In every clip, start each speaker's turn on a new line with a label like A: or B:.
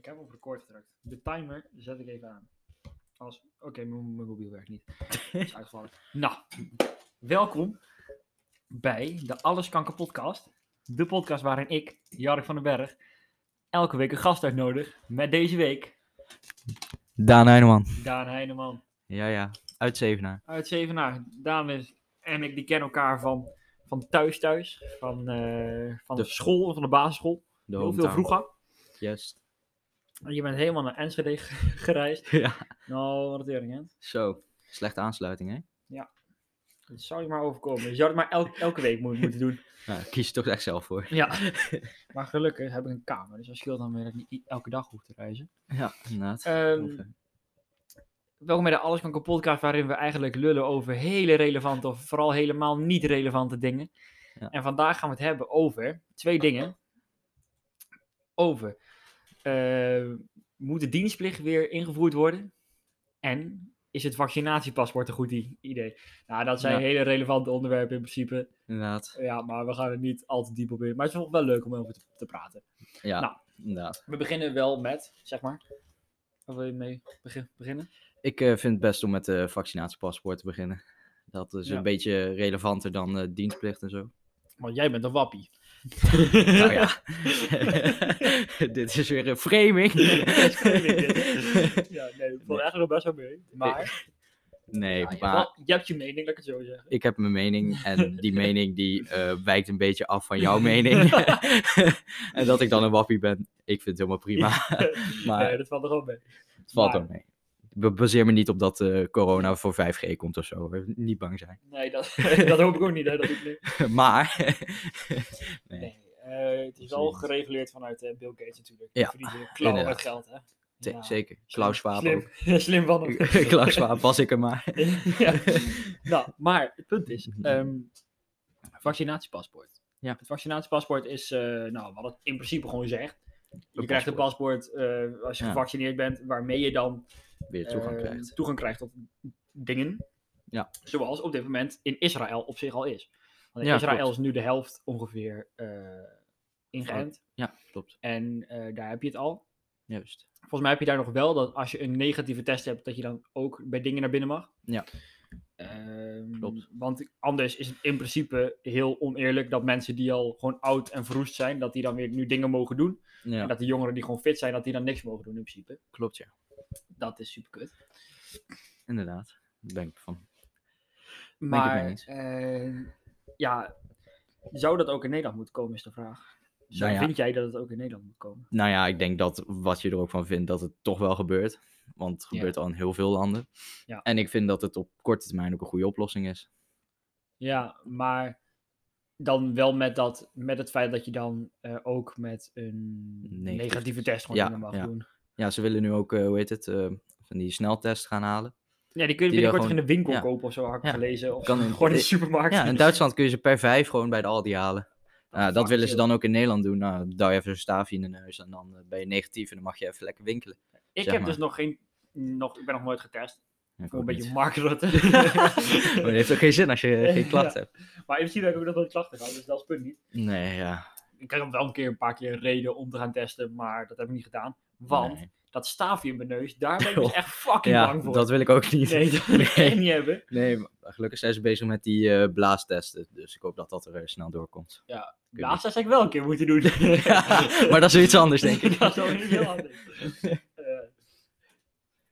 A: heb op record gedrukt. De timer zet ik even aan. Als... Oké, mijn mijn mobiel werkt niet. Is uitgevallen. Nou, welkom bij de Alles Kanker podcast. De podcast waarin ik, Jark van den Berg, elke week een gast uitnodig. Met deze week
B: Daan Heineman.
A: Daan Heineman.
B: Ja, ja. Uit Zevenaar.
A: uit Zevenaar. Daan is- en ik die kennen elkaar van, van thuis thuis, van, eh, van de
B: De-
A: school, van de basisschool.
B: De
A: Heel veel vroeger.
B: Yes.
A: En Je bent helemaal naar Enschede ge- gereisd.
B: Ja.
A: Nou, wat een tering, hè?
B: Zo. Slechte aansluiting, hè?
A: Dat zou je maar overkomen. Je zou het maar elk- elke week moet- moeten doen.
B: Nou, kies je toch echt zelf voor.
A: Ja. Maar gelukkig heb ik een kamer, dus dat scheelt dan weer dat ik niet i- elke dag hoef te reizen.
B: Ja, inderdaad.
A: Ehm,
B: Oké.
A: welkom bij de Alles kan Kapot podcast, waarin we eigenlijk lullen over hele relevante of vooral helemaal niet relevante dingen.
B: Ja.
A: En vandaag gaan we het hebben over twee dingen. Over eh, moet de dienstplicht weer ingevoerd worden? En is het vaccinatiepaspoort een goed i- idee? Nou, dat zijn
B: Ja.
A: hele relevante onderwerpen in principe.
B: Inderdaad.
A: Ja, maar we gaan er niet al te diep op in. Maar het is wel leuk om over te, te praten.
B: Ja,
A: Nou.
B: inderdaad.
A: We beginnen wel met, zeg maar. Waar wil je mee begin- beginnen?
B: Ik eh, vind het best om met de vaccinatiepaspoort te beginnen. Dat is
A: Ja.
B: een beetje relevanter dan eh, dienstplicht en zo.
A: Want jij bent een wappie.
B: Nou ja. dit is weer een framing.
A: ja, nee, ik vond eigenlijk nog best wel mee. Maar,
B: nee,
A: Ja, je, hebt
B: maar
A: wel- je hebt je mening, laat ik het zo zeggen.
B: ik heb mijn mening en die mening die eh, wijkt een beetje af van jouw mening. en dat ik dan een wappie ben, ik vind het helemaal prima. Maar-
A: Nee, dat valt er wel mee.
B: het valt
A: maar-
B: ook mee. Be- Baseer me niet op dat eh, corona voor 5G komt of zo. hè. Niet bang zijn.
A: Nee, dat, dat hoop ik ook niet. Hè, dat ik niet.
B: maar,
A: Nee,
B: nee,
A: eh, het is wel
B: Absoluut.
A: gereguleerd vanuit eh, Bill Gates natuurlijk.
B: Ja,
A: Die verdienen klauwen met
B: inderdaad.
A: geld, hè.
B: te-
A: Ja,
B: zeker.
A: slim-
B: Klaus Schwab
A: Slim,
B: ook.
A: slim van hem.
B: Klaus Schwab, was ik er maar.
A: ja. Nou, maar het punt is,
B: Mhm.
A: ehm, vaccinatiepaspoort.
B: Ja.
A: Het vaccinatiepaspoort is, eh, nou, wat het in principe gewoon zegt. Je
B: Een
A: krijgt een paspoort eh, als je
B: Ja.
A: gevaccineerd bent, waarmee je dan
B: Weer toegang
A: eh,
B: krijgt.
A: toegang krijgt tot dingen.
B: Ja.
A: Zoals op dit moment in Israël op zich al is. Want in
B: Ja,
A: Israël
B: klopt.
A: is nu de helft ongeveer eh ingeënt.
B: Ja, klopt.
A: En eh, daar heb je het al.
B: Juist.
A: Volgens mij heb je daar nog wel dat als je een negatieve test hebt, dat je dan ook bij dingen naar binnen mag.
B: Ja.
A: Ehm,
B: Klopt.
A: Want anders is het in principe heel oneerlijk dat mensen die al gewoon oud en verroest zijn, dat die dan weer nu dingen mogen doen.
B: Ja,
A: En dat die jongeren die gewoon fit zijn, dat die dan niks mogen doen in principe.
B: klopt ja.
A: Dat is super kut.
B: Inderdaad. Daar ben ik van.
A: Maar
B: eens.
A: eh, ja, zou dat ook in Nederland moeten komen is de vraag. Zou,
B: Nou ja.
A: Vind jij dat het ook in Nederland moet komen?
B: Nou ja, ik denk dat wat je er ook van vindt, dat het toch wel gebeurt. Want het
A: Ja.
B: gebeurt al in heel veel landen.
A: Ja.
B: En ik vind dat het op korte termijn ook een goede oplossing is.
A: Ja, maar dan wel met, dat, met het feit dat je dan eh, ook met een
B: Negatief
A: negatieve test gewoon
B: Ja,
A: dingen mag
B: ja.
A: doen.
B: Ja, ze willen nu ook, eh, hoe heet het, eh, van die sneltest gaan halen.
A: Ja, die kun je
B: Die
A: binnenkort
B: dan
A: in de winkel
B: ja.
A: kopen of zo, had ik
B: Ja.
A: gelezen. Of
B: Kan in- eh,
A: gewoon in de supermarkt.
B: Ja, in Duitsland kun je ze per vijf gewoon bij de Aldi halen. Nou, dat
A: Oh, fuck,
B: willen ze
A: chill.
B: dan ook in Nederland doen. Nou, duw je even een staafje in de neus en dan eh, ben je negatief en dan mag je even lekker winkelen.
A: Ik
B: zeg
A: heb
B: maar.
A: dus nog geen... Nog, ik ben nog nooit getest. Ik
B: Ja, ik
A: voel een
B: ook
A: beetje
B: niet.
A: markerutte.
B: Maar dat heeft ook geen zin als je
A: Ja.
B: geen klachten hebt.
A: maar in principe heb ik nog nooit klachten gehad, dus dat is het punt niet.
B: Nee, ja.
A: Ik heb wel een keer een paar keer reden om te gaan testen, maar dat heb ik niet gedaan. Want
B: Nee.
A: dat staafje in mijn neus, daar ben ik dus
B: Joh.
A: echt fucking
B: Ja,
A: bang voor.
B: dat wil ik ook niet.
A: Nee, dat wil ik echt
B: Nee.
A: niet hebben.
B: Nee, maar gelukkig zijn ze bezig met die eh, blaastesten. Dus ik hoop dat dat er eh, snel doorkomt. Ik weet
A: Laatst zou ik wel een keer moeten doen.
B: dus- maar dat is weer iets anders, denk ik.
A: dat is wel niet heel handig. Eh,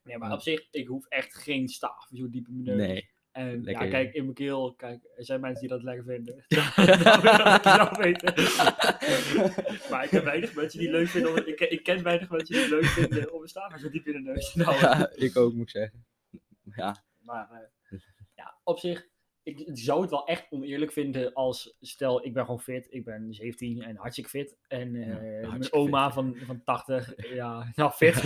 A: nee, maar op zich, ik hoef echt geen staaf zo diep in mijn neus.
B: Nee.
A: En ja,
B: lekker.
A: kijk, in mijn keel, kijk, er zijn mensen die dat lekker vinden. dat wil ik wel weten. maar ik heb weinig mensen die leuk vinden, om, ik, ken- ik ken weinig mensen die het leuk vinden om een staaf zo diep in de neus te houden.
B: Ja, ik ook, moet ik zeggen. Ja,
A: Maar eh, ja, op zich, ik zou het wel echt oneerlijk vinden als, stel, ik ben gewoon fit, ik ben 17 en hartstikke fit. En eh, mijn
B: hartstikke
A: oma van, van 80, ja, nou fit.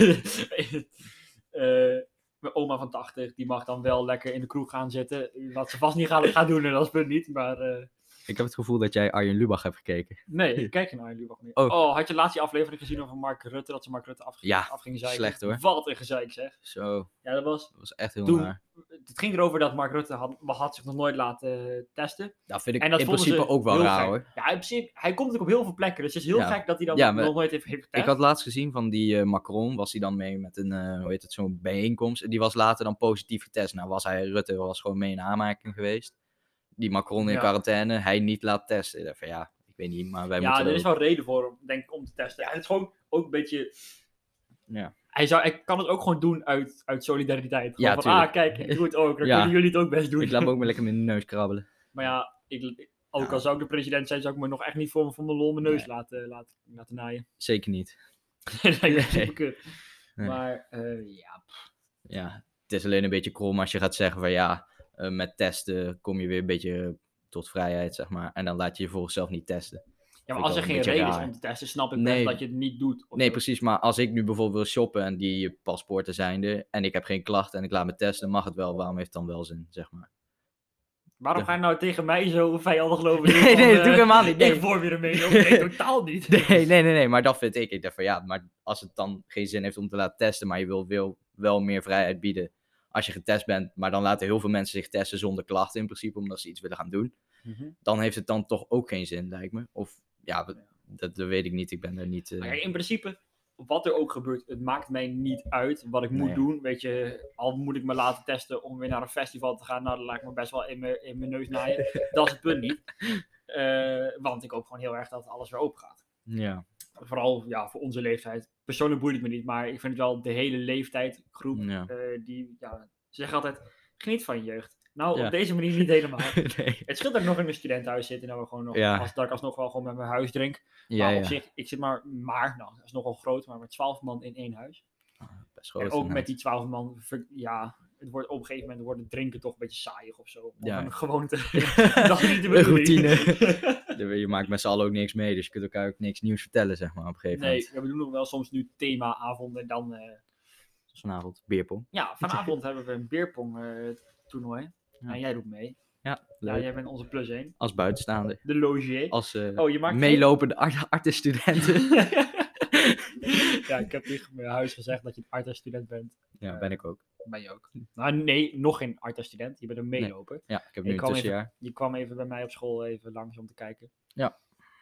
A: Eh, mijn oma van 80, die mag dan wel lekker in de kroeg gaan zitten. Wat ze vast niet gaan, gaan doen, en dat is het punt niet. Maar eh,
B: Ik heb het gevoel dat jij Arjen Lubach hebt gekeken.
A: Nee, ik kijk geen Arjen Lubach meer.
B: Oh.
A: Oh. had je de laatste aflevering gezien over Mark Rutte? Dat ze Mark Rutte afging,
B: Ja,
A: afging zeiken?
B: slecht, hoor.
A: Wat een gezeik zeg.
B: Zo,
A: Ja, dat was...
B: dat was echt heel
A: Toen-
B: naar.
A: Het ging erover dat Mark Rutte had, had zich nog nooit laten eh, testen.
B: Dat Nou, vind ik
A: En dat
B: in
A: vonden
B: principe
A: ze
B: ook wel
A: heel
B: raar
A: gek.
B: hoor.
A: Ja, in principe, hij komt natuurlijk op heel veel plekken. Dus het is heel
B: Ja.
A: gek dat hij dat
B: Ja, maar-
A: nog nooit heeft, heeft getest.
B: Ik had laatst gezien van die eh, Macron, was hij dan mee met een, eh, hoe heet het, zo'n bijeenkomst. En die was later dan positief getest. Nou was hij, Rutte was gewoon mee in aanmaking geweest. Die Macron in
A: Ja.
B: quarantaine, hij niet laat testen. Ik dacht van ja, ik weet niet, maar wij
A: ja,
B: moeten
A: er
B: dat
A: is wel reden voor om, denk ik, om te testen. En het is gewoon ook een beetje...
B: Ja.
A: Hij, zou, hij kan het ook gewoon doen uit, uit solidariteit. Gewoon
B: Ja,
A: van,
B: tuurlijk.
A: ah, kijk, ik doe het ook. Dan
B: Ja.
A: kunnen jullie het ook best
B: ook-
A: doen.
B: Ik laat me ook maar lekker mijn neus krabbelen.
A: Maar ja, ik, ook
B: Ja.
A: al zou ik de president zijn, zou ik me nog echt niet voor, voor mijn lol mijn neus
B: Nee.
A: laten, laten, laten naaien.
B: Zeker niet.
A: dat lijkt me
B: Nee.
A: superkut.
B: Nee.
A: Maar eh, ja,
B: Ja, het is alleen een beetje krom als je gaat zeggen van ja, eh, met testen kom je weer een beetje tot vrijheid, zeg maar. En dan laat je je volgens zelf niet testen.
A: ja
B: ik
A: maar als
B: wel
A: er
B: een
A: geen
B: beetje
A: reden is
B: raar.
A: om te testen, snap ik
B: Nee.
A: best dat je het niet doet. of
B: Nee,
A: zo.
B: precies. Maar als ik nu bijvoorbeeld wil shoppen en die paspoorten zijn er en ik heb geen klachten en ik laat me testen, mag het wel. Waarom heeft het dan wel zin, zeg maar?
A: Waarom
B: Ja.
A: ga je nou tegen mij zo vijandig lopen? eh,
B: Nee, nee, dat doe ik helemaal niet, nee.
A: Ik vorm je er mee. Nee, totaal niet.
B: Nee, nee, nee, nee. Maar dat vind ik. Ik dacht van ja, maar als het dan geen zin heeft om te laten testen, maar je wil, wil wel meer vrijheid bieden als je getest bent, maar dan laten heel veel mensen zich testen zonder klachten in principe, omdat ze iets willen gaan doen,
A: Mhm.
B: dan heeft het dan toch ook geen zin, lijkt me. Of ja, dat, dat weet ik niet. Ik ben er niet. eh,
A: Maar kijk, in principe, wat er ook gebeurt, het maakt mij niet uit wat ik
B: Nee.
A: moet doen. Weet je, al moet ik me laten testen om weer naar een festival te gaan, nou, dat lijkt me best wel in mijn, in mijn neus naaien. dat is het punt niet. Eh, want ik hoop gewoon heel erg dat alles weer open gaat.
B: ja,
A: Vooral ja, voor onze leeftijd. Persoonlijk boeit het me niet, maar ik vind het wel de hele leeftijdgroep
B: ja.
A: eh, die ja, zeggen altijd, geniet van je jeugd. Nou,
B: Ja.
A: op deze manier niet helemaal.
B: nee.
A: Het scheelt dat ik nog in mijn studentenhuis zit en dat, we gewoon nog,
B: Ja.
A: als, dat ik alsnog wel gewoon met mijn huis drink.
B: Ja,
A: maar
B: ja.
A: op zich, ik zit maar, maar nou, dat is nogal groot, maar met 12 man in één huis.
B: Best groot,
A: en ook
B: inderdaad.
A: met die 12 man, ver- ja, het wordt, op een gegeven moment wordt het drinken toch een beetje saaiig of zo. Of
B: Ja.
A: een gewoonte. dat is niet de
B: Een
A: bedoeling.
B: routine. Je maakt met z'n allen ook niks mee, dus je kunt elkaar ook niks nieuws vertellen, zeg maar, op een gegeven
A: nee,
B: moment.
A: we doen nog wel soms nu themaavonden en dan... eh,
B: Zoals Dus Vanavond, beerpong.
A: ja, vanavond hebben we een beerpong eh, toernooi.
B: Ja.
A: En jij doet mee.
B: Ja,
A: Ja,
B: leuk.
A: jij bent onze plus 1.
B: Als buitenstaander.
A: De logier.
B: Als eh,
A: Oh, je maakt
B: meelopende art artistenstudenten.
A: ja, ik heb tegen mijn huis gezegd dat je een arta-student bent.
B: ja, ben ik ook.
A: Ben je ook. Nou, nee, nog geen arta-student. Je bent een meeloper.
B: Ja, ik heb nu
A: Ik
B: een
A: kwam even-
B: tussenjaar.
A: Je kwam even bij mij op school even langs om te kijken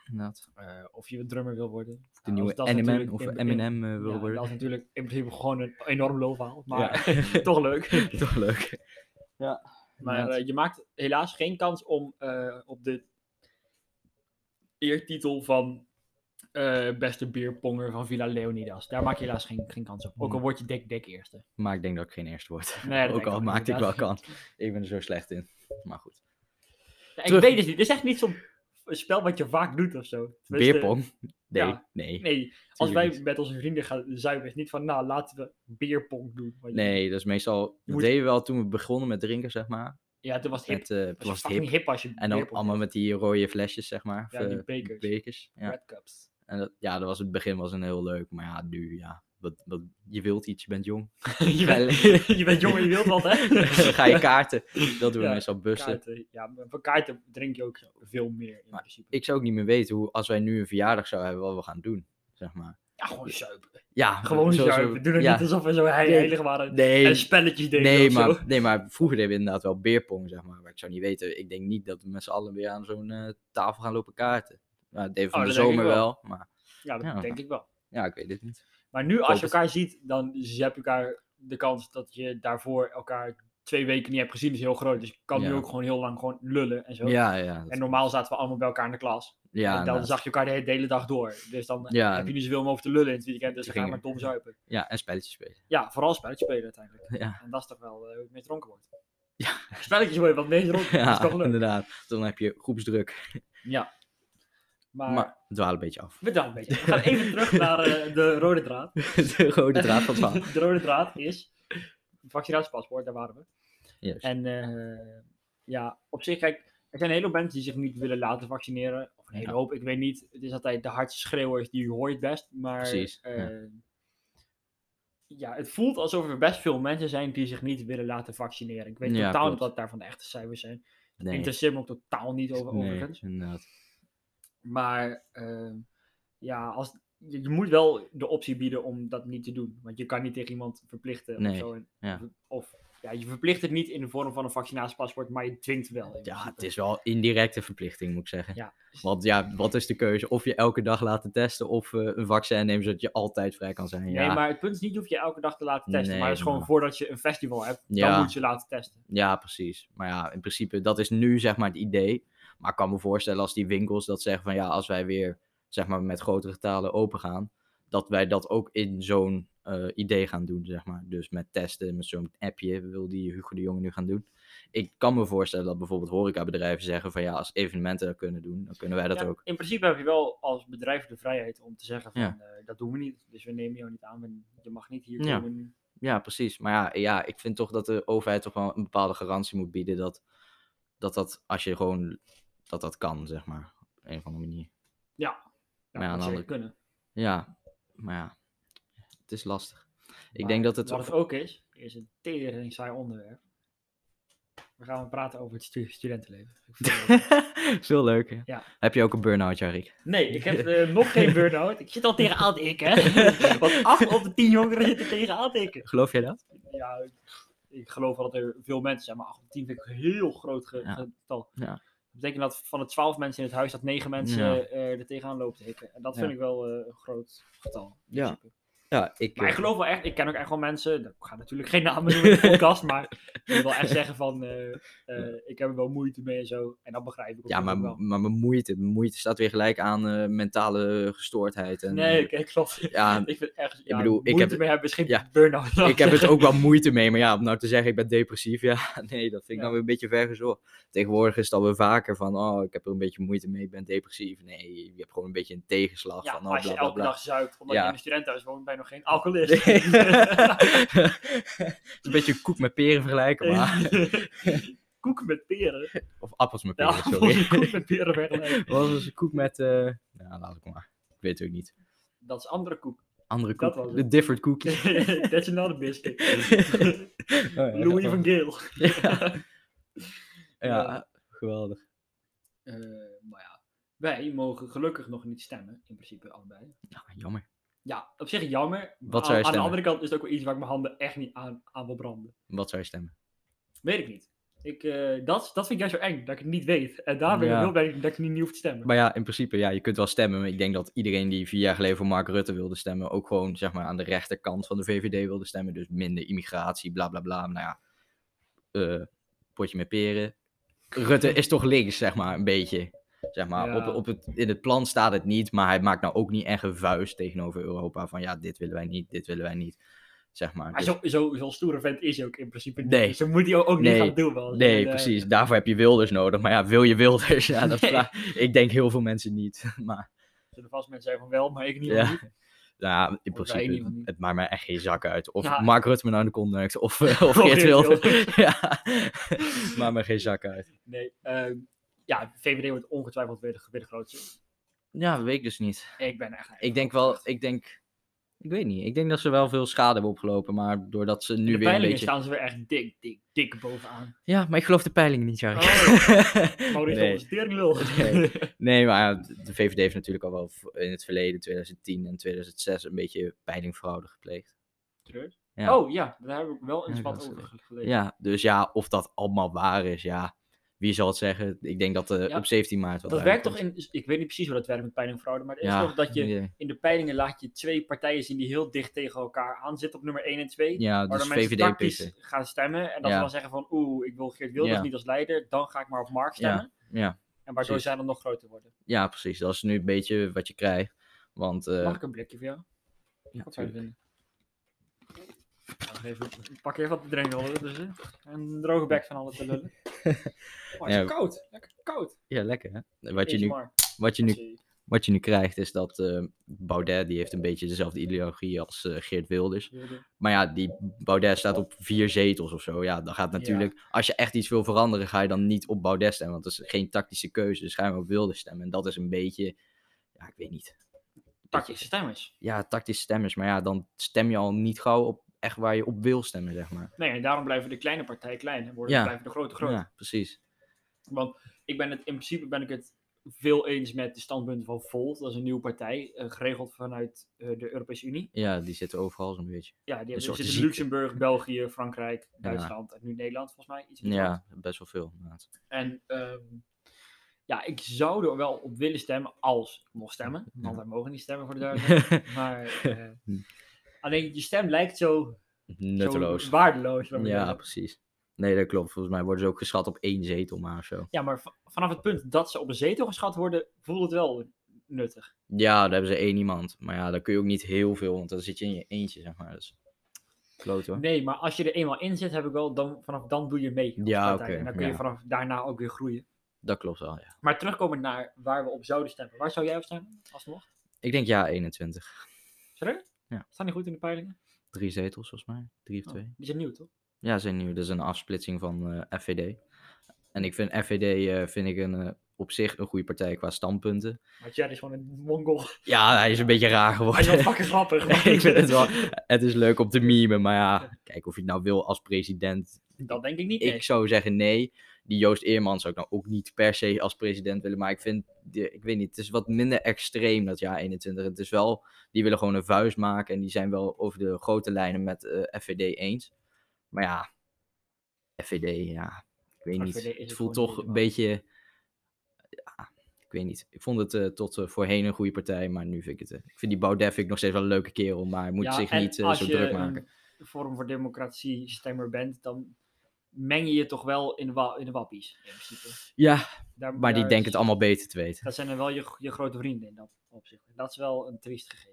B: Inderdaad.
A: eh, of je een drummer wil worden.
B: De
A: Nou,
B: nieuwe
A: dat is
B: Eminem
A: natuurlijk
B: of
A: in- in-
B: Eminem eh, wil
A: ja,
B: worden.
A: Dat is natuurlijk in principe gewoon een enorm loofhaal, maar
B: Ja.
A: toch leuk.
B: Toch leuk.
A: Maar
B: Inderdaad.
A: eh, je maakt helaas geen kans om eh, op de eertitel van eh, beste beerponger van Villa Leonidas. Daar maak je helaas geen, geen kans op. Ook al
B: Nee.
A: word je dik dik eerste.
B: Maar ik denk dat ik geen eerste word.
A: Nee, dat
B: ook
A: denk
B: al maakte ik wel
A: inderdaad.
B: kans. Ik ben er zo slecht in. Maar goed.
A: Ja,
B: Terug.
A: ik weet het niet. Het is echt niet zo'n spel wat je vaak doet of zo. Tenminste,
B: Beerpong? Nee,
A: ja.
B: nee. nee.
A: Nee, als
B: Tuurlijk
A: wij met onze vrienden gaan zuipen, is het niet van, nou, laten we beerpong doen. Want je-
B: dat is meestal... Dat
A: moet-
B: deden we wel toen we begonnen met drinken, zeg maar.
A: Ja, toen was het hip.
B: Met, eh,
A: was,
B: was het
A: fucking
B: hip.
A: hip. als je
B: En dan
A: beerpong
B: allemaal
A: deed.
B: met die rode flesjes, zeg maar.
A: Ja, die
B: eh,
A: bekers.
B: bekers, Ja.
A: Red Cups.
B: En dat, ja, dat was het begin was een heel leuk. Maar ja, nu, ja. Wat, wat, je wilt iets, je bent jong.
A: je, bent, je bent jong en je wilt wat, hè?
B: ga je kaarten. Dat doen we
A: Ja,
B: meestal bussen.
A: Kaarten, ja, maar van kaarten drink je ook veel meer in
B: Maar
A: principe.
B: Ik zou ook niet meer weten hoe, als wij nu een verjaardag zouden hebben, wat we gaan doen. Zeg maar.
A: Ja, gewoon zuipen.
B: Ja,
A: Gewoon
B: zoals we-
A: zuipen. Doe het
B: ja.
A: niet alsof we zo he-
B: Nee.
A: heilig waren en
B: Nee,
A: spelletjes deden
B: nee,
A: of zo.
B: maar, nee, maar vroeger deden we inderdaad wel beerpong, zeg maar. Maar ik zou niet weten. Ik denk niet dat we met z'n allen weer aan zo'n eh, tafel gaan lopen kaarten. Nou, dat deden we
A: Oh,
B: van de
A: dat denk
B: zomer
A: ik wel.
B: wel. Maar
A: Ja, dat
B: Ja.
A: denk ik wel.
B: ja, ik weet het niet.
A: Maar nu, als
B: Hoop
A: je
B: het.
A: elkaar ziet, dan heb je elkaar de kans dat je daarvoor elkaar twee weken niet hebt gezien, is heel groot. Dus je kan nu
B: Ja.
A: ook gewoon heel lang gewoon lullen en zo.
B: Ja, ja. dat-
A: En normaal zaten we allemaal bij elkaar in de klas.
B: ja,
A: en dan
B: inderdaad.
A: zag je elkaar de hele, de hele dag door. Dus dan
B: Ja.
A: heb je niet zoveel om over te lullen in het weekend. Dus
B: Toen
A: dan ga je maar
B: ging
A: dom zuipen.
B: ja, en spelletjes spelen.
A: Ja, vooral spelletjes spelen uiteindelijk.
B: Ja,
A: En dat is toch wel eh, hoe het meer dronken wordt. Ja. Spelletjes worden wat meer dronken.
B: ja
A: dat is toch leuk.
B: inderdaad. Dan heb je groepsdruk.
A: Ja. Maar,
B: Maar we dwalen een beetje af.
A: bedankt een beetje. We gaan even terug naar eh, de rode draad.
B: de rode draad van het verhaal.
A: de rode draad is vaccinatiepaspoort, daar waren we.
B: Juist.
A: En eh, ja, op zich, kijk, er zijn een heleboel mensen die zich niet willen laten vaccineren. Of een hele
B: Ja.
A: hoop, ik weet niet. Het is altijd de hardste schreeuwers, die hoor je het best. Maar
B: Precies,
A: eh,
B: ja.
A: ja. het voelt alsof er best veel mensen zijn die zich niet willen laten vaccineren. Ik weet
B: Ja,
A: totaal niet
B: klopt.
A: wat daarvan de echte cijfers zijn.
B: Nee.
A: Interesseert me ook totaal niet over,
B: Nee,
A: overigens.
B: inderdaad.
A: Maar ehm, ja, als, je je moet wel de optie bieden om dat niet te doen. Want je kan niet tegen iemand verplichten.
B: Nee,
A: Of, zo. En-
B: ja.
A: of ja, je verplicht het niet in de vorm van een vaccinatiepaspoort, maar je dwingt wel. in
B: Ja,
A: principe.
B: het is wel indirecte verplichting, moet ik zeggen.
A: Ja.
B: Want ja, wat is de keuze? Of je elke dag laten testen of eh, een vaccin nemen zodat je altijd vrij kan zijn. Ja,
A: Nee, maar het punt is niet, je hoeft je elke dag te laten testen.
B: Nee,
A: maar het is gewoon
B: maar-
A: voordat je een festival hebt,
B: Ja.
A: dan moet je laten testen.
B: ja precies. Maar ja, in principe, dat is nu zeg maar het idee. Maar ik kan me voorstellen als die winkels dat zeggen van ja, als wij weer zeg maar met grotere getalen open gaan, dat wij dat ook in zo'n eh, idee gaan doen, zeg maar. Dus met testen, met zo'n appje wil die Hugo de Jonge nu gaan doen. Ik kan me voorstellen dat bijvoorbeeld horecabedrijven zeggen van ja, als evenementen dat kunnen doen, dan kunnen wij dat
A: Ja,
B: ook.
A: In principe heb je wel als bedrijf de vrijheid om te zeggen van,
B: Ja.
A: eh, dat doen we niet. Dus we nemen jou niet aan, en je mag niet hier
B: Ja.
A: komen.
B: Ja, precies. Maar ja, ja, ik vind toch dat de overheid toch wel een bepaalde garantie moet bieden dat dat, dat als je gewoon dat dat kan, zeg maar. Op een of andere manier.
A: Ja, dat
B: Maar ja, aan de
A: zou
B: andere-
A: kunnen.
B: Ja, maar ja, het is lastig. ik
A: Maar
B: denk dat het.
A: Wat het ook is, is een tering saai onderwerp. We gaan praten over het stu- studentenleven. Ik vind dat-
B: is veel leuker.
A: Ja.
B: Heb je ook een burn-out, Jarik?
A: nee, ik heb eh, nog geen burn-out. Ik zit al tegenaan te hikken, hè. Want acht op de tien jongeren zitten tegenaan te hikken.
B: Geloof jij dat?
A: Ja, ik, ik geloof wel dat er veel mensen zijn, maar acht op de tien vind ik een heel groot ge-
B: Ja.
A: getal.
B: Ja.
A: Dat betekent dat van de twaalf mensen in het huis, dat negen mensen
B: Ja.
A: eh, er tegenaan lopen te hikken. En dat vind
B: Ja.
A: ik wel eh, een groot getal. Dus in
B: Ja.
A: principe.
B: Ja, ik.
A: Maar
B: eh,
A: ik geloof wel echt, ik ken ook echt wel mensen, ik ga natuurlijk geen namen noemen in de podcast, maar ik wil wel echt zeggen van, eh, eh, ik heb er wel moeite mee en zo. En dat begrijp ik ook
B: Ja, maar,
A: wel.
B: maar mijn moeite, mijn moeite staat weer gelijk aan eh, mentale gestoordheid. En,
A: Nee, ik, ik klopt.
B: Ja,
A: ik vind echt, ja,
B: bedoel, ik
A: moeite
B: heb-
A: mee hebben is geen
B: ja,
A: burn-out.
B: ik heb het ook wel moeite mee, maar ja, om nou te zeggen ik ben depressief, ja, nee, dat vind ik
A: Ja.
B: dan weer een beetje vergezocht. Tegenwoordig is het alweer vaker van, oh, ik heb er een beetje moeite mee, ik ben depressief. Nee, je hebt gewoon een beetje een tegenslag
A: Ja,
B: van,
A: maar
B: oh,
A: als
B: bla,
A: je
B: bla,
A: elke
B: bla.
A: dag zuipt, omdat
B: Ja.
A: je in een studentenhuis woont, ben je nog geen alcoholist.
B: Nee. Het is een beetje koek met peren vergelijken, maar...
A: Koek met peren.
B: Of appels met
A: Ja,
B: peren, sorry.
A: koek met peren vergelijken.
B: Wat was een koek met... eh Nou, laat ik maar. Ik weet het ook niet.
A: Dat is andere koek.
B: Andere
A: Dat
B: koek.
A: was
B: De different koekje.
A: That's another biscuit.
B: Oh, ja.
A: Louis van Gaal.
B: Ja. ja, geweldig.
A: Eh, maar ja, wij mogen gelukkig nog niet stemmen, in principe allebei.
B: Ja, Ah, jammer.
A: Ja, op zich jammer. maar
B: Wat
A: aan,
B: zou je
A: aan de
B: stemmen?
A: andere kant is het ook wel iets waar ik mijn handen echt niet aan, aan wil branden.
B: Wat zou je stemmen?
A: Weet ik niet. Ik, eh, dat, dat vind ik juist zo eng, dat ik het niet weet. En daar ben ik
B: Ja.
A: heel blij dat ik niet hoef te stemmen.
B: Maar ja, in principe, ja, je kunt wel stemmen. Maar ik denk dat iedereen die vier jaar geleden voor Mark Rutte wilde stemmen, ook gewoon zeg maar aan de rechterkant van de VVD wilde stemmen. Dus minder immigratie, bla bla bla. Nou ja, eh, potje met peren. Rutte is toch links, zeg maar, een beetje. Zeg maar,
A: Ja.
B: op, op het, in het plan staat het niet, maar hij maakt nou ook niet echt een vuist tegenover Europa. Van ja, dit willen wij niet, dit willen wij niet. Zeg maar.
A: Maar
B: Dus-
A: zo, zo, zo'n stoere vent is hij ook in principe niet.
B: Nee.
A: Dus dan moet hij ook niet
B: Nee.
A: gaan doen. wel.
B: nee,
A: En, eh,
B: precies. Daarvoor heb je Wilders nodig. Maar ja, wil je Wilders? Ja, dat
A: Nee.
B: vraag- Ik denk heel veel mensen niet. Maar
A: Er zullen vast mensen zijn van wel, maar ik niet.
B: Ja.
A: niet.
B: Nou, ja, in
A: Of wij
B: principe,
A: in ieder geval niet.
B: het maakt mij echt geen zak uit. Of
A: Ja.
B: Mark Rutte me nou in de kont neukt, of, eh, of
A: Of
B: Geert
A: Geert
B: Wilders. ja, maakt mij geen zak uit.
A: Nee. ehm, ja, VVD wordt ongetwijfeld weer de, weer de grootste.
B: Ja, weet ik dus niet.
A: Ik ben echt...
B: Ik denk wel, ik denk, ik weet niet. Ik denk dat ze wel veel schade hebben opgelopen, maar doordat ze
A: In de
B: nu weer een
A: peilingen
B: beetje...
A: staan ze weer echt dik, dik, dik bovenaan. Oh.
B: Ja, maar ik geloof de peiling niet, Jarek.
A: Maurice
B: Nee.
A: nee. is teringlul.
B: Nee. Nee, maar ja, de VVD heeft natuurlijk al wel v- in het verleden, 2010 en 2006, een beetje peilingfraude gepleegd.
A: Treur?
B: Ja.
A: Oh ja, daar heb ik wel eens
B: Ja,
A: wat
B: dat is
A: over
B: leuk.
A: ge- gelezen.
B: Ja, dus ja, of dat allemaal waar is, ja. Wie zal het zeggen? Ik denk dat eh,
A: Ja,
B: op 17 maart wel
A: Dat werkt
B: duidelijk
A: toch
B: is.
A: in, ik weet niet precies hoe dat werkt met peilingfraude, maar het is
B: Ja,
A: toch dat je
B: nee.
A: in de peilingen laat je twee partijen zien die heel dicht tegen elkaar aan zitten op nummer 1 en 2.
B: Ja,
A: waar dan
B: dus
A: mensen
B: VVD
A: tactisch
B: pissen.
A: gaan stemmen en dat
B: Ja.
A: ze dan zeggen van oeh, ik wil Geert Wilders
B: Ja.
A: niet als leider, dan ga ik maar op Mark stemmen.
B: Ja,
A: En waardoor
B: precies.
A: zij dan nog groter worden.
B: ja, precies. Dat is nu een beetje wat je krijgt. Want, eh,
A: Mag ik een blikje voor jou?
B: ja,
A: Wat zou je
B: tuurlijk.
A: vinden? Wacht even, pak even wat te drinken. hoor. Dus, eh, een droge bek van alle te lullen. Oh, het is
B: Ja.
A: koud. Lekker koud.
B: ja, lekker hè. Wat je,
A: Eet
B: nu,
A: maar.
B: wat, je nu,
A: Zie je.
B: wat je nu krijgt is dat eh, Baudet, die heeft een beetje dezelfde ideologie als eh, Geert Wilders. Maar ja, die Baudet staat op vier zetels of zo. Ja, dan gaat
A: Ja.
B: natuurlijk... Als je echt iets wil veranderen, ga je dan niet op Baudet stemmen. Want dat is geen tactische keuze. Dus ga je op Wilders stemmen. En dat is een beetje... Ja, ik weet niet.
A: Tactische stemmers.
B: Ja, tactische stemmers. Maar ja, dan stem je al niet gauw op echt waar je op wil stemmen, zeg maar.
A: Nee, en daarom blijven de kleine partijen klein en worden
B: Ja.
A: blijven de grote groot.
B: Ja, precies.
A: Want ik ben het, in principe ben ik het veel eens met de standpunten van Volt. Dat is een nieuwe partij, eh, geregeld vanuit eh, de Europese Unie.
B: Ja, die zitten overal zo'n beetje.
A: Ja, die hebben,
B: soort
A: zitten in
B: ziekte.
A: Luxemburg, België, Frankrijk, Duitsland en nu Nederland volgens mij. Iets in die kant.
B: Ja, best wel veel. inderdaad.
A: En ehm, ja, ik zou er wel op willen stemmen als ik mocht stemmen. Want
B: Ja.
A: wij mogen niet stemmen voor de duidelijkheid. maar eh, alleen je stem lijkt zo,
B: Nutteloos.
A: zo waardeloos. laat maar
B: Ja,
A: zeggen.
B: precies. Nee, dat klopt. Volgens mij worden ze ook geschat op één zetel maar of zo.
A: ja, maar v- vanaf het punt dat ze op een zetel geschat worden, voelt het wel nuttig.
B: Ja, daar hebben ze één iemand. Maar ja, daar kun je ook niet heel veel, want dan zit je in je eentje, zeg maar. Dus kloot hoor.
A: Nee, maar als je er eenmaal in zit, heb ik wel, dan, vanaf dan doe je mee. als
B: Ja,
A: partij.
B: oké,
A: En dan kun je
B: ja.
A: vanaf daarna ook weer groeien.
B: Dat klopt wel, ja.
A: Maar terugkomend naar waar we op zouden stemmen. Waar zou jij op stemmen, alsnog?
B: Ik denk ja, 21.
A: Serieus?
B: Ja.
A: Staan die goed in de peilingen?
B: Drie zetels, volgens mij. Drie of
A: Oh,
B: twee.
A: die zijn nieuw, toch?
B: Ja, zijn nieuw. Dat is een afsplitsing van eh, FVD. En ik vind FVD eh, vind ik een, eh, op zich een goede partij qua standpunten.
A: Maar Chad is gewoon een mongool.
B: Ja, hij is een beetje
A: Hij
B: raar
A: is wel
B: geworden.
A: fucking grappig. maar-
B: ik vind het wel... Het is leuk om te memen, maar ja, kijk of je het nou wil als president.
A: Dat denk ik niet. nee.
B: Ik zou zeggen nee. Die Joost Eerman zou ik nou ook niet per se als president willen. Maar ik vind, de- ik weet niet, het is wat minder extreem dat jaar 21. Het is wel, die willen gewoon een vuist maken. En die zijn wel over de grote lijnen met eh, FVD eens. Maar ja, FVD, ja, ik weet
A: Maar
B: niet.
A: FVD is
B: Het
A: het
B: voelt
A: gewoon
B: toch
A: niet,
B: een
A: man.
B: beetje, ja, ik weet niet. Ik vond het eh, tot eh, voorheen een goede partij. Maar nu vind ik het, eh, ik vind die Baudet vind ik nog steeds wel een leuke kerel. Maar hij moet
A: Ja,
B: zich
A: en
B: niet eh,
A: als
B: zo
A: je
B: druk maken.
A: een Forum voor Democratie stemmer bent, dan meng je je toch wel in de, wa- in de wappies. In principe.
B: Ja,
A: Daar-
B: maar die
A: daar
B: denkt
A: is-
B: het allemaal beter te weten.
A: Dat zijn dan wel je, je grote vrienden in dat opzicht. En dat is wel een triest gegeven.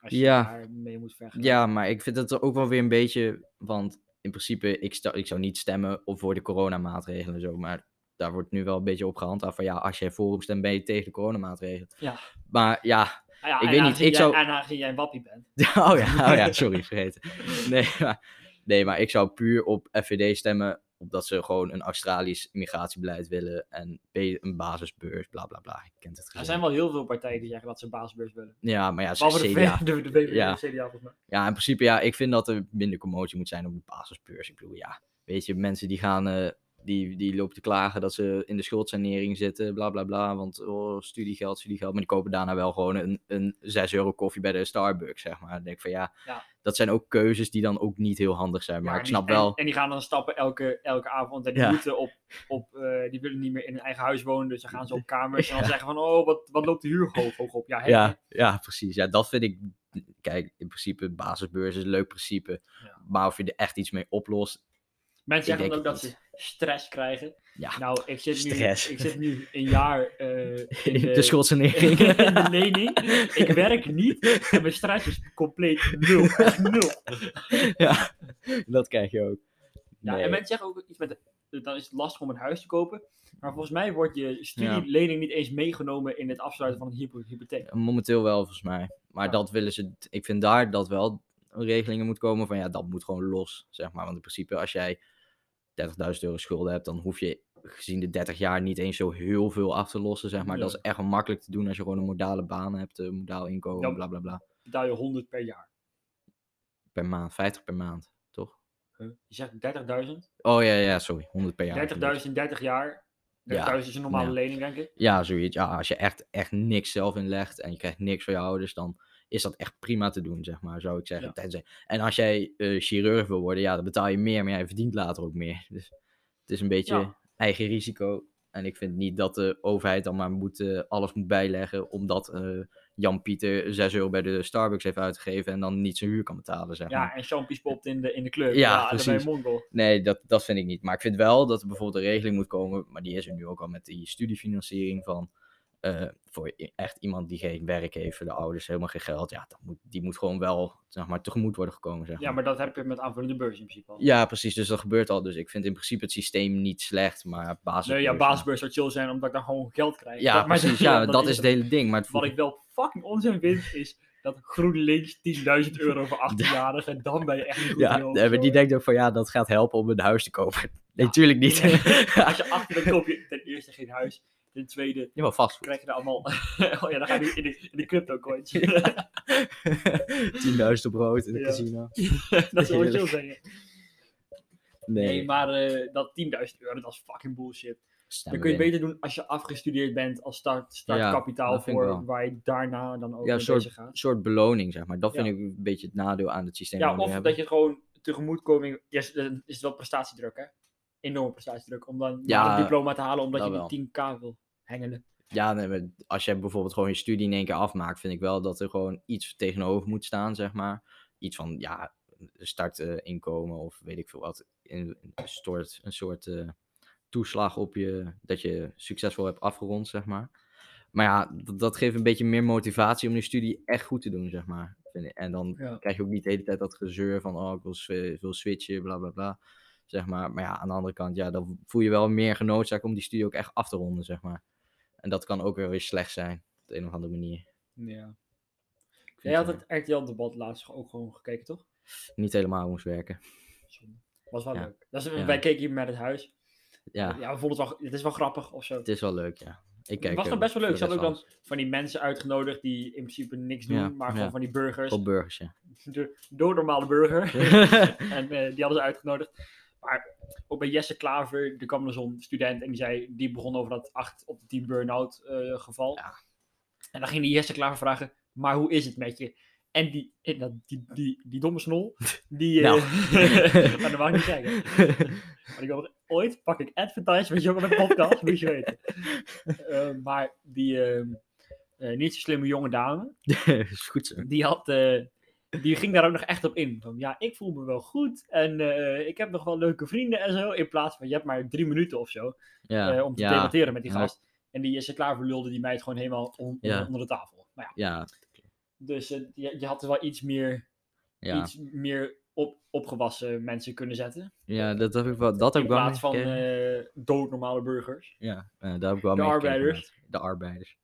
A: Als je
B: Ja.
A: daarmee moet vergelijken.
B: Ja, maar ik vind dat er ook wel weer een beetje. Want in principe, ik, sta, ik zou niet stemmen op voor de coronamaatregelen en zo. Maar daar wordt nu wel een beetje op gehandhaafd. Van ja, als jij voor hem stemt, ben je tegen de coronamaatregelen.
A: Ja.
B: Maar ja.
A: Ah ja,
B: ik
A: en
B: weet niet,
A: aangezien
B: ik
A: jij-
B: zou-
A: En aangezien jij een wappie bent.
B: Oh ja, oh ja sorry, vergeten. Nee maar, nee, maar ik zou puur op FVD stemmen. Omdat ze gewoon een Australisch immigratiebeleid willen. En be- een basisbeurs, bla bla bla. Je kent het
A: Er
B: gezin.
A: zijn wel heel veel partijen die zeggen dat ze een basisbeurs willen.
B: Ja, maar ja, ze
A: Behalve de,
B: CDA.
A: V- de, de VVD
B: Ja.
A: en CDA volgens mij.
B: Ja, in principe, ja, ik vind dat er minder commotie moet zijn op de basisbeurs. Ik bedoel, ja, weet je, mensen die gaan, eh, die, die lopen te klagen dat ze in de schuldsanering zitten, bla bla bla, want oh, studiegeld, studiegeld, maar die kopen daarna wel gewoon een, een 6 euro koffie bij de Starbucks, zeg maar. Dan denk ik van, ja,
A: Ja.
B: dat zijn ook keuzes die dan ook niet heel handig zijn, maar
A: Ja,
B: ik
A: en die-
B: snap
A: en-
B: wel,
A: En, die gaan dan stappen elke, elke avond. En die
B: Ja.
A: moeten op, op eh, die willen niet meer in hun eigen huis wonen. Dus dan gaan ze op kamers en dan zeggen van, oh, wat, wat loopt de huur hoog, hoog op? Ja, hè?
B: ja, ja, precies. Ja, dat vind ik, kijk, in principe, basisbeurs is een leuk principe,
A: Ja.
B: maar of je er echt iets mee oplost,
A: Mensen
B: Ik
A: zeggen dan ook
B: denk
A: dat
B: het
A: ze stress krijgen.
B: ja,
A: Nou, ik zit nu,
B: Stress.
A: ik zit nu een jaar eh, in, de,
B: de
A: in
B: schuldsanering.
A: de lening. Ik werk niet en mijn stress is compleet nul. Echt nul.
B: ja, dat krijg je ook.
A: Ja,
B: Nee.
A: En mensen zeggen ook iets met, dan is het lastig om een huis te kopen. Maar volgens mij wordt je studielening niet eens meegenomen in het afsluiten van een hypo- hypotheek.
B: Momenteel wel, volgens mij. Maar
A: Ja.
B: dat willen ze. Ik vind daar dat wel regelingen moet komen van ja, dat moet gewoon los, zeg maar. Want in principe, als jij 30.000 euro schulden hebt, dan hoef je gezien de 30 jaar niet eens zo heel veel af te lossen, zeg maar. Dat is echt wel makkelijk te doen als je gewoon een modale baan hebt, een modaal inkomen,
A: Ja.
B: bla bla bla.
A: Betaal je 100 per jaar.
B: Per maand, 50 per maand, toch?
A: Huh? Je zegt 30.000.
B: Oh ja, ja, sorry, 100 per jaar.
A: 30.000 in 30 jaar. 30.000 is een normale
B: ja.
A: lening, denk ik.
B: Ja, zoiets. Ja, als je echt, echt niks zelf inlegt en je krijgt niks van je ouders, dan is dat echt prima te doen, zeg maar, zou ik zeggen.
A: Ja.
B: Tenzij- En als jij eh, chirurg wil worden, ja, dan betaal je meer, maar jij verdient later ook meer. Dus het is een beetje
A: Ja.
B: eigen risico. En ik vind niet dat de overheid dan maar moet, eh, alles moet bijleggen, omdat eh, Jan Pieter 6 euro bij de Starbucks heeft uitgegeven en dan niet zijn huur kan betalen, zeg maar.
A: Ja, en Champies popt in de, in de club.
B: Ja,
A: dan ben je
B: precies.
A: mongol.
B: Nee, dat, dat vind ik niet. Maar ik vind wel dat er bijvoorbeeld een regeling moet komen, maar die is er nu ook al met die studiefinanciering van. eh, voor i- echt iemand die geen werk heeft, voor de ouders helemaal geen geld. Ja, dat moet, die moet gewoon wel zeg maar, tegemoet worden gekomen. Zeg
A: Ja, maar dat heb je met aanvullende beurs in principe al.
B: Ja, precies. Dus dat gebeurt al. Dus ik vind in principe het systeem niet slecht, maar basis.
A: Nee, ja, basisbeurs zou chill zijn, omdat ik dan gewoon geld krijg.
B: Ja,
A: Dat- maar
B: precies. Ja,
A: dat
B: dat is het hele ding. Maar het
A: Wat ik wel fucking onzin vind, is dat GroenLinks 10.000 euro voor 18-jarigen, en dan ben je echt niet goed
B: ja,
A: in je hoofd,
B: eh, maar die
A: hoor.
B: denkt ook van ja, dat gaat helpen om een huis te kopen. Nee,
A: Ja.
B: tuurlijk niet.
A: Nee. Als je 18 bent, koop je ten eerste geen huis. Ten tweede
B: Ja, maar vast.
A: krijg je er allemaal... oh ja, dan ga je nu in de, in de crypto coins.
B: 10.000 brood in de
A: Ja.
B: casino.
A: dat zou wel
B: Heerlijk.
A: chill zijn, ja. Nee, maar eh, dat 10.000 euro, dat is fucking bullshit. Dan
B: stemmen
A: kun je
B: winnen.
A: beter doen als je afgestudeerd bent als start,
B: Ja,
A: startkapitaal
B: dat vind ik
A: voor
B: wel.
A: waar je daarna dan ook
B: Ja,
A: mee
B: een soort-
A: bezig gaat.
B: Een soort beloning, zeg maar. Dat
A: Ja.
B: vind ik een beetje het nadeel aan het systeem.
A: Ja,
B: dat we nu
A: of
B: hebben.
A: dat je gewoon tegemoetkoming. Ja, is- dan is het wel prestatiedruk, hè? Enorme prestatiedruk. Om dan
B: Ja,
A: maar een diploma te halen omdat
B: dat
A: je
B: wel.
A: die 10k wil hengelen.
B: Ja, nee, maar als je bijvoorbeeld gewoon je studie in één keer afmaakt, vind ik wel dat er gewoon iets tegenover moet staan, zeg maar. Iets van, ja, startinkomen of weet ik veel wat. In, in- stort een soort eh, toeslag op je, dat je succesvol hebt afgerond, zeg maar. Maar ja, dat, dat geeft een beetje meer motivatie om je studie echt goed te doen, zeg maar. vind ik. En dan
A: Ja.
B: krijg je ook niet de hele tijd dat gezeur van, oh, ik wil, swi- ik wil switchen, bla bla bla. Zeg maar. maar ja, aan de andere kant, ja, dan voel je wel meer genoodzaakt om die studie ook echt af te ronden, zeg maar. En dat kan ook weer weer slecht zijn, op de een of andere manier.
A: Ja.
B: Ik
A: Jij
B: vind
A: had
B: eh,
A: het RTL-debat laatst ook gewoon gekeken, toch?
B: niet helemaal hoe moest werken.
A: Zonde. Was wel
B: Ja.
A: leuk. Dat is,
B: Ja.
A: Wij keken hier met het huis. Ja,
B: Ja,
A: we vonden het wel, het is wel grappig of zo.
B: het is wel leuk, ja. Ik kijk,
A: was
B: eh,
A: toch best wel leuk. Ze
B: voor
A: hadden ook
B: best
A: dan van die mensen uitgenodigd die in principe niks doen,
B: Ja,
A: maar gewoon
B: ja.
A: van die burgers.
B: Op burgers, ja.
A: Door, door normale burger. en eh, die hadden ze uitgenodigd. Maar ook bij Jesse Klaver, er kwam er zo'n student en die zei, die begon over dat 8 op de 10 burn-out eh, geval.
B: Ja.
A: En dan ging die Jesse Klaver vragen, maar hoe is het met je? En die, en dat- die, die, die domme snol, die... eh,
B: Nou.
A: maar dat mag ik niet zeggen. Maar ik wil- ooit pak ik advertise met jongen met podcast, moet je weten. Eh, maar die ehm, eh, niet zo slimme jonge dame,
B: is goed zo.
A: die, had, eh, die ging daar ook nog echt op in. Van, ja, ik voel me wel goed en eh, ik heb nog wel leuke vrienden en zo. In plaats van, je hebt maar drie minuten of zo
B: Ja,
A: eh, om te
B: ja,
A: debatteren met die
B: ja.
A: gast. En die is er klaar voor lulde die meid gewoon helemaal on-
B: Ja.
A: onder de tafel. Maar ja,
B: ja,
A: dus eh, je, je had er wel iets meer,
B: ja.
A: iets meer op, opgewassen mensen kunnen zetten.
B: ja, dat heb ik wel. Dat heb
A: eh, In
B: ik wel
A: plaats van
B: meegekregen.
A: eh, doodnormale burgers.
B: Ja, eh, daar heb ik wel
A: De
B: mee gekregen,
A: arbeiders.
B: inderdaad. De arbeiders.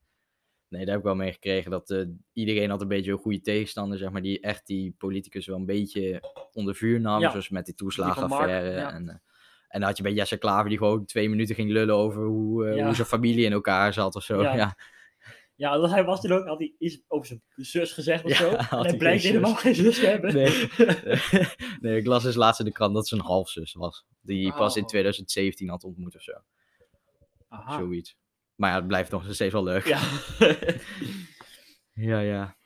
B: Nee, daar heb ik wel mee gekregen dat eh, iedereen had een beetje een goede tegenstander, zeg maar, die echt die politicus wel een beetje onder vuur nam,
A: Ja,
B: zoals met die
A: die
B: toeslagenaffaire.
A: van Mark, ja.
B: en, eh, en dan had je bij Jesse Klaver die gewoon twee minuten ging lullen over hoe, eh,
A: Ja.
B: hoe zijn familie in elkaar zat of zo.
A: Ja.
B: Ja, ja.
A: Ja, dat hij was toen ook, had hij iets over zijn zus gezegd of
B: Ja,
A: zo.
B: had
A: En
B: hij
A: hij
B: geen
A: blijkt
B: zus.
A: helemaal geen zus te hebben.
B: Nee. nee, ik las dus laatst in de krant dat ze een halfzus was, die pas in
A: Oh.
B: 2017 had ontmoet of zo,
A: Aha.
B: zoiets. Maar ja, het blijft nog steeds wel leuk.
A: Ah. Ja.
B: ja. ja.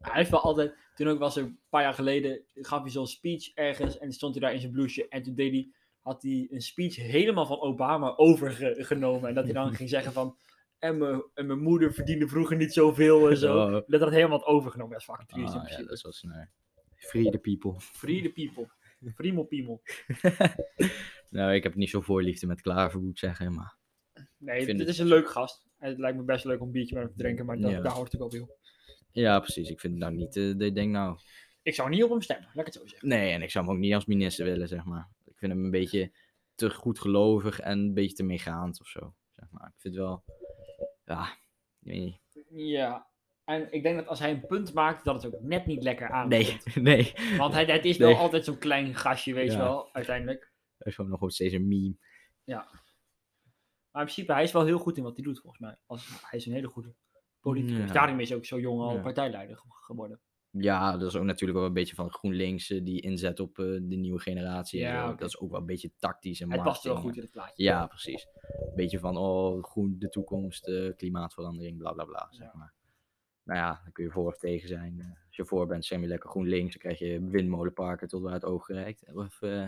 A: hij heeft wel altijd, toen ook was er een paar jaar geleden, gaf hij zo'n speech ergens en stond hij daar in zijn blouseje. En toen deed hij, had hij een speech helemaal van Obama overgenomen. En dat hij dan ging zeggen van, en mijn, en mijn moeder verdiende vroeger niet zoveel en zo.
B: Oh.
A: Dat hij dat helemaal had overgenomen. Dat is fucking triest in
B: Ah, ja,
A: principe.
B: dat is wel sneu. Free the people.
A: Free the people. Primal piemel.
B: Nou, ik heb niet zo voorliefde met Klaver, moet ik zeggen. Maar
A: Nee,
B: Ik vind
A: dit
B: het-
A: is een leuk gast. En het lijkt me best leuk om een biertje met hem te drinken, maar dat,
B: Ja.
A: daar hoort het ook wel op.
B: ja, precies. Ik vind het nou niet... eh, dat ik denk nou...
A: Ik zou niet op hem stemmen, laat ik het zo zeggen.
B: Nee, en ik zou hem ook niet als minister willen, zeg maar. Ik vind hem een beetje te goedgelovig en een beetje te meegaand of zo. Zeg maar. Ik vind wel... Ja, ik weet niet.
A: Ja, en ik denk dat als hij een punt maakt, dat het ook net niet lekker aan.
B: Nee, nee.
A: Want hij, het is
B: Nee.
A: wel altijd zo'n klein gastje, weet je
B: Ja.
A: wel, uiteindelijk.
B: Hij is gewoon nog gewoon steeds een meme.
A: Maar in principe, hij is wel heel goed in wat hij doet, volgens mij. Als, hij is een hele goede politicus.
B: Ja.
A: Daarom is hij ook zo jong al
B: Ja.
A: partijleider ge- geworden.
B: Ja, dat is ook natuurlijk wel een beetje van GroenLinks, eh, die inzet op eh, de nieuwe generatie. en
A: Ja,
B: zo.
A: oké.
B: Dat is ook wel een beetje tactisch en
A: Hij past wel
B: marketing.
A: goed in het plaatje.
B: Ja, precies. Een beetje van, oh, groen, de toekomst, eh, klimaatverandering, bla bla bla, zeg
A: Ja.
B: maar. Nou ja, dan kun je voor of tegen zijn. Eh, Als je voor bent, stem je lekker GroenLinks, dan krijg je windmolenparken tot waar het oog reikt. Of, eh,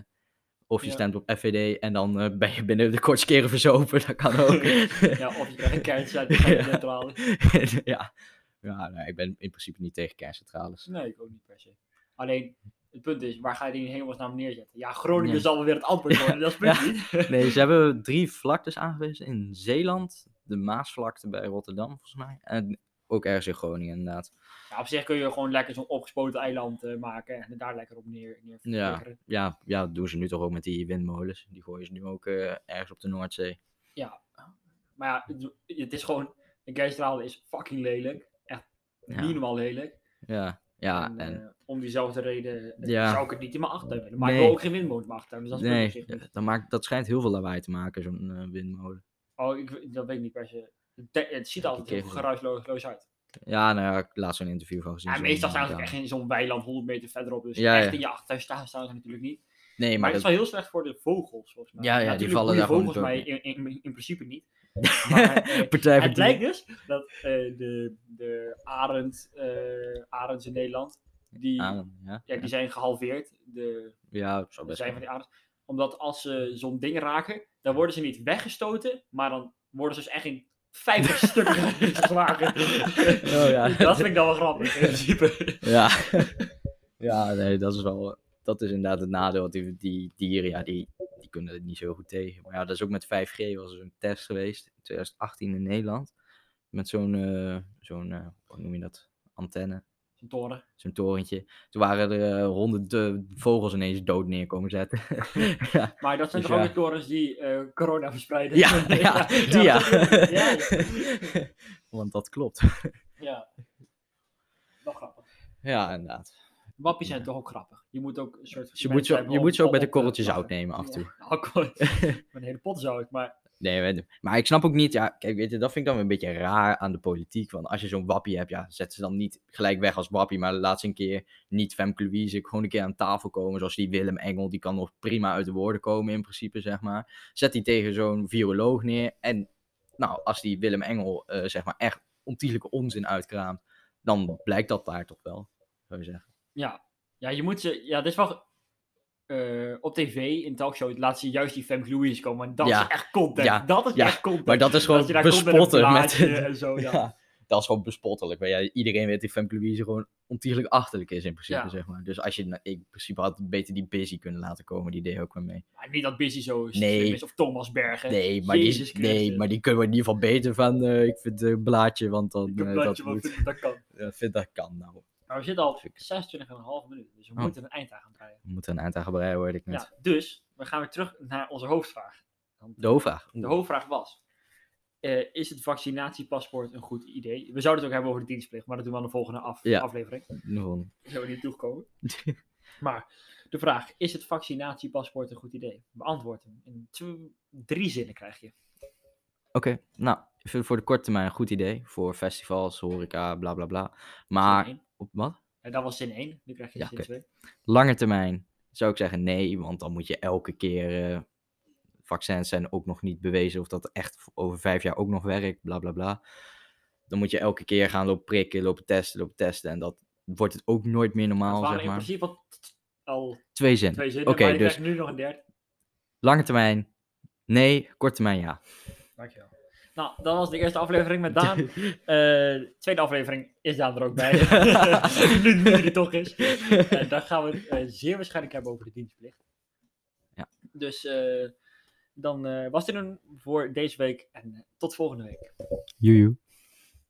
B: of je
A: Ja.
B: stemt op FVD en dan eh, ben je binnen de kortste keren verzopen, dat kan ook.
A: Ja, of je krijgt een kernstje uit de
B: Ja.
A: centrale.
B: ja, ja nou, ik ben in principe niet tegen kerncentrales.
A: Nee, ik ook niet per se. Alleen, het punt is, waar ga je die in hemelsnaam neerzetten? Ja, Groningen
B: Nee.
A: zal wel weer het antwoord worden, dat is het punt niet.
B: Nee, ze hebben drie vlaktes aangewezen in Zeeland, de Maasvlakte bij Rotterdam, volgens mij. En ook ergens in Groningen, inderdaad.
A: Ja, op zich kun je gewoon lekker zo'n opgespoten eiland eh, maken en daar lekker op neer, neer
B: Ja,
A: flikkeren.
B: ja, ja, dat doen ze nu toch ook met die windmolens. Die gooien ze nu ook eh, ergens op de Noordzee.
A: Maar ja, het, het is gewoon, een kerncentrale is fucking lelijk. Echt
B: Ja.
A: minimaal lelijk.
B: Ja, ja,
A: En,
B: en
A: eh, om diezelfde reden eh,
B: Ja.
A: zou ik het niet in mijn achtertuin willen. Maar ik
B: Nee.
A: wil ook geen windmolen in mijn achtertuin, dus dat is
B: nee, eh,
A: het punt op zich
B: dat, maakt, dat schijnt heel veel lawaai te maken, zo'n eh, windmolen.
A: niet. Oh, ik, dat weet ik niet per se. Het, de- het ziet
B: Ja,
A: altijd
B: die
A: heel
B: keer-
A: geruisloos loos uit.
B: Ja, nou ja, ik heb laatst zo'n interview van gezien.
A: Ja,
B: zo'n
A: meestal staan ze ook
B: Amerikaan.
A: echt in zo'n weiland 100 meter verderop. Dus
B: Ja,
A: echt
B: ja.
A: in je achtertuin staan, staan ze natuurlijk niet.
B: Nee, maar,
A: Maar het
B: dat-
A: is wel heel slecht voor de vogels, volgens mij.
B: Ja, ja, die
A: Natuurlijk
B: vallen
A: boeien
B: daar gewoon
A: vogels mij
B: niet
A: in, in, in principe niet. Maar, eh,
B: Partij voor
A: het
B: die-
A: lijkt dus dat eh, de, de arend, eh, arends in Nederland, die,
B: Ah, ja.
A: ja, die zijn gehalveerd. De,
B: ja, zo
A: de
B: best.
A: zijn van
B: wel.
A: die arends. Omdat als ze zo'n ding raken, dan worden ze niet weggestoten, maar dan worden ze dus echt in 50 stukken geslagen.
B: Oh ja.
A: Dat vind ik dan wel grappig, in principe.
B: Ja. ja, nee, dat is wel. Dat is inderdaad het nadeel. Want die, die dieren, ja, die, die kunnen het niet zo goed tegen. Maar ja, dat is ook met 5G was er een test geweest in 2018 in Nederland. Met zo'n, eh, zo'n eh, hoe noem je dat? Antenne.
A: Zo'n toren.
B: Zo'n torentje. Toen waren er eh, honderden vogels ineens dood neerkomen zetten. ja,
A: Maar dat zijn
B: Dus
A: toch ook
B: ja.
A: de torens die eh, corona verspreiden?
B: ja, ja, die ja.
A: dat- ja.
B: Want dat klopt.
A: Ja. Wel grappig.
B: Ja, inderdaad.
A: Wappies zijn toch ook grappig. Je moet ook een soort...
B: Dus je moet, zo, je moet ze ook met een korreltje zout nemen af en toe.
A: met een hele pot zout, maar...
B: Nee, maar- maar ik snap ook niet, ja, kijk, weet je, dat vind ik dan weer een beetje raar aan de politiek. Want als je zo'n wappie hebt, ja, zet ze dan niet gelijk weg als wappie, maar laat ze een keer niet Femke Louise gewoon een keer aan tafel komen, zoals die Willem Engel, die kan nog prima uit de woorden komen in principe, zeg maar. Zet die tegen zo'n viroloog neer en, nou, als die Willem Engel, eh, zeg maar, echt ontiegelijke onzin uitkraamt, dan blijkt dat daar toch wel, zou je zeggen.
A: Ja. Ja, je moet ze... Ja, dit is wel... eh, op tv, in talkshow, laat ze juist die Femke Louise komen. Want dat
B: Ja.
A: is echt content.
B: Ja.
A: Dat is
B: Ja.
A: echt content.
B: Maar dat is gewoon
A: je daar komt met een
B: bespotten met...
A: blaadje en zo, ja.
B: Ja, dat is gewoon bespottelijk. Maar ja, iedereen weet dat Femke Louise gewoon ontiegelijk achterlijk is in principe,
A: Ja.
B: zeg maar. Dus als je, nou, in principe had beter die Busy kunnen laten komen, die deed ook wel mee.
A: Maar Niet dat Busy zo
B: Nee.
A: slim is, of Thomas Bergen.
B: Nee, maar, die,
A: Jezus Christus.
B: nee, maar die kunnen we in ieder geval beter van, eh, ik vind eh, blaadje, want dan
A: Ik heb
B: eh,
A: dat,
B: dat
A: je wel
B: moet.
A: vindt, dat kan.
B: Ja, vind dat kan nou.
A: Maar we zitten al op 26,5 minuten, dus we
B: Oh.
A: moeten een eind aan gaan breien.
B: We moeten een eind aan gebreid worden, ik net.
A: Ja, dus we gaan weer terug naar onze hoofdvraag.
B: De hoofdvraag.
A: De hoofdvraag was: eh, Is het vaccinatiepaspoort een goed idee? We zouden het ook hebben over de dienstplicht, maar dat doen we aan de volgende af-
B: Ja.
A: aflevering.
B: Nu gewoon.
A: Daar zijn we niet toegekomen. maar de vraag: Is het vaccinatiepaspoort een goed idee? Beantwoord hem. In tw- drie zinnen krijg je.
B: Oké, nou, ik vind het voor de korte termijn een goed idee. Voor festivals, horeca, bla bla bla. Maar,
A: Zin één.
B: op, wat?
A: En dat was zin 1, nu krijg je
B: Ja,
A: zin
B: oké. Nou,
A: 2.
B: lange termijn zou ik zeggen nee, want dan moet je elke keer. eh, vaccins zijn ook nog niet bewezen of dat echt v- over vijf jaar ook nog werkt, bla bla bla. Dan moet je elke keer gaan lopen prikken, lopen testen, lopen testen. En dat wordt het ook nooit meer
A: Het
B: normaal,
A: waren
B: zeg
A: in
B: maar.
A: principe al, t- al
B: Twee zinnen.
A: twee zinnen,
B: Oké,
A: maar je
B: dus
A: krijgt nu nog een derde.
B: lange termijn nee, korte termijn ja.
A: Dankjewel. Nou, dat was de eerste aflevering met Daan. Eh, tweede aflevering is Daan er ook bij. nu, nu die er toch is. En dan gaan we het eh, zeer waarschijnlijk hebben over de dienstplicht.
B: Ja.
A: Dus eh, dan eh, was dit hem voor deze week. En eh, tot volgende week.
B: Joejoe.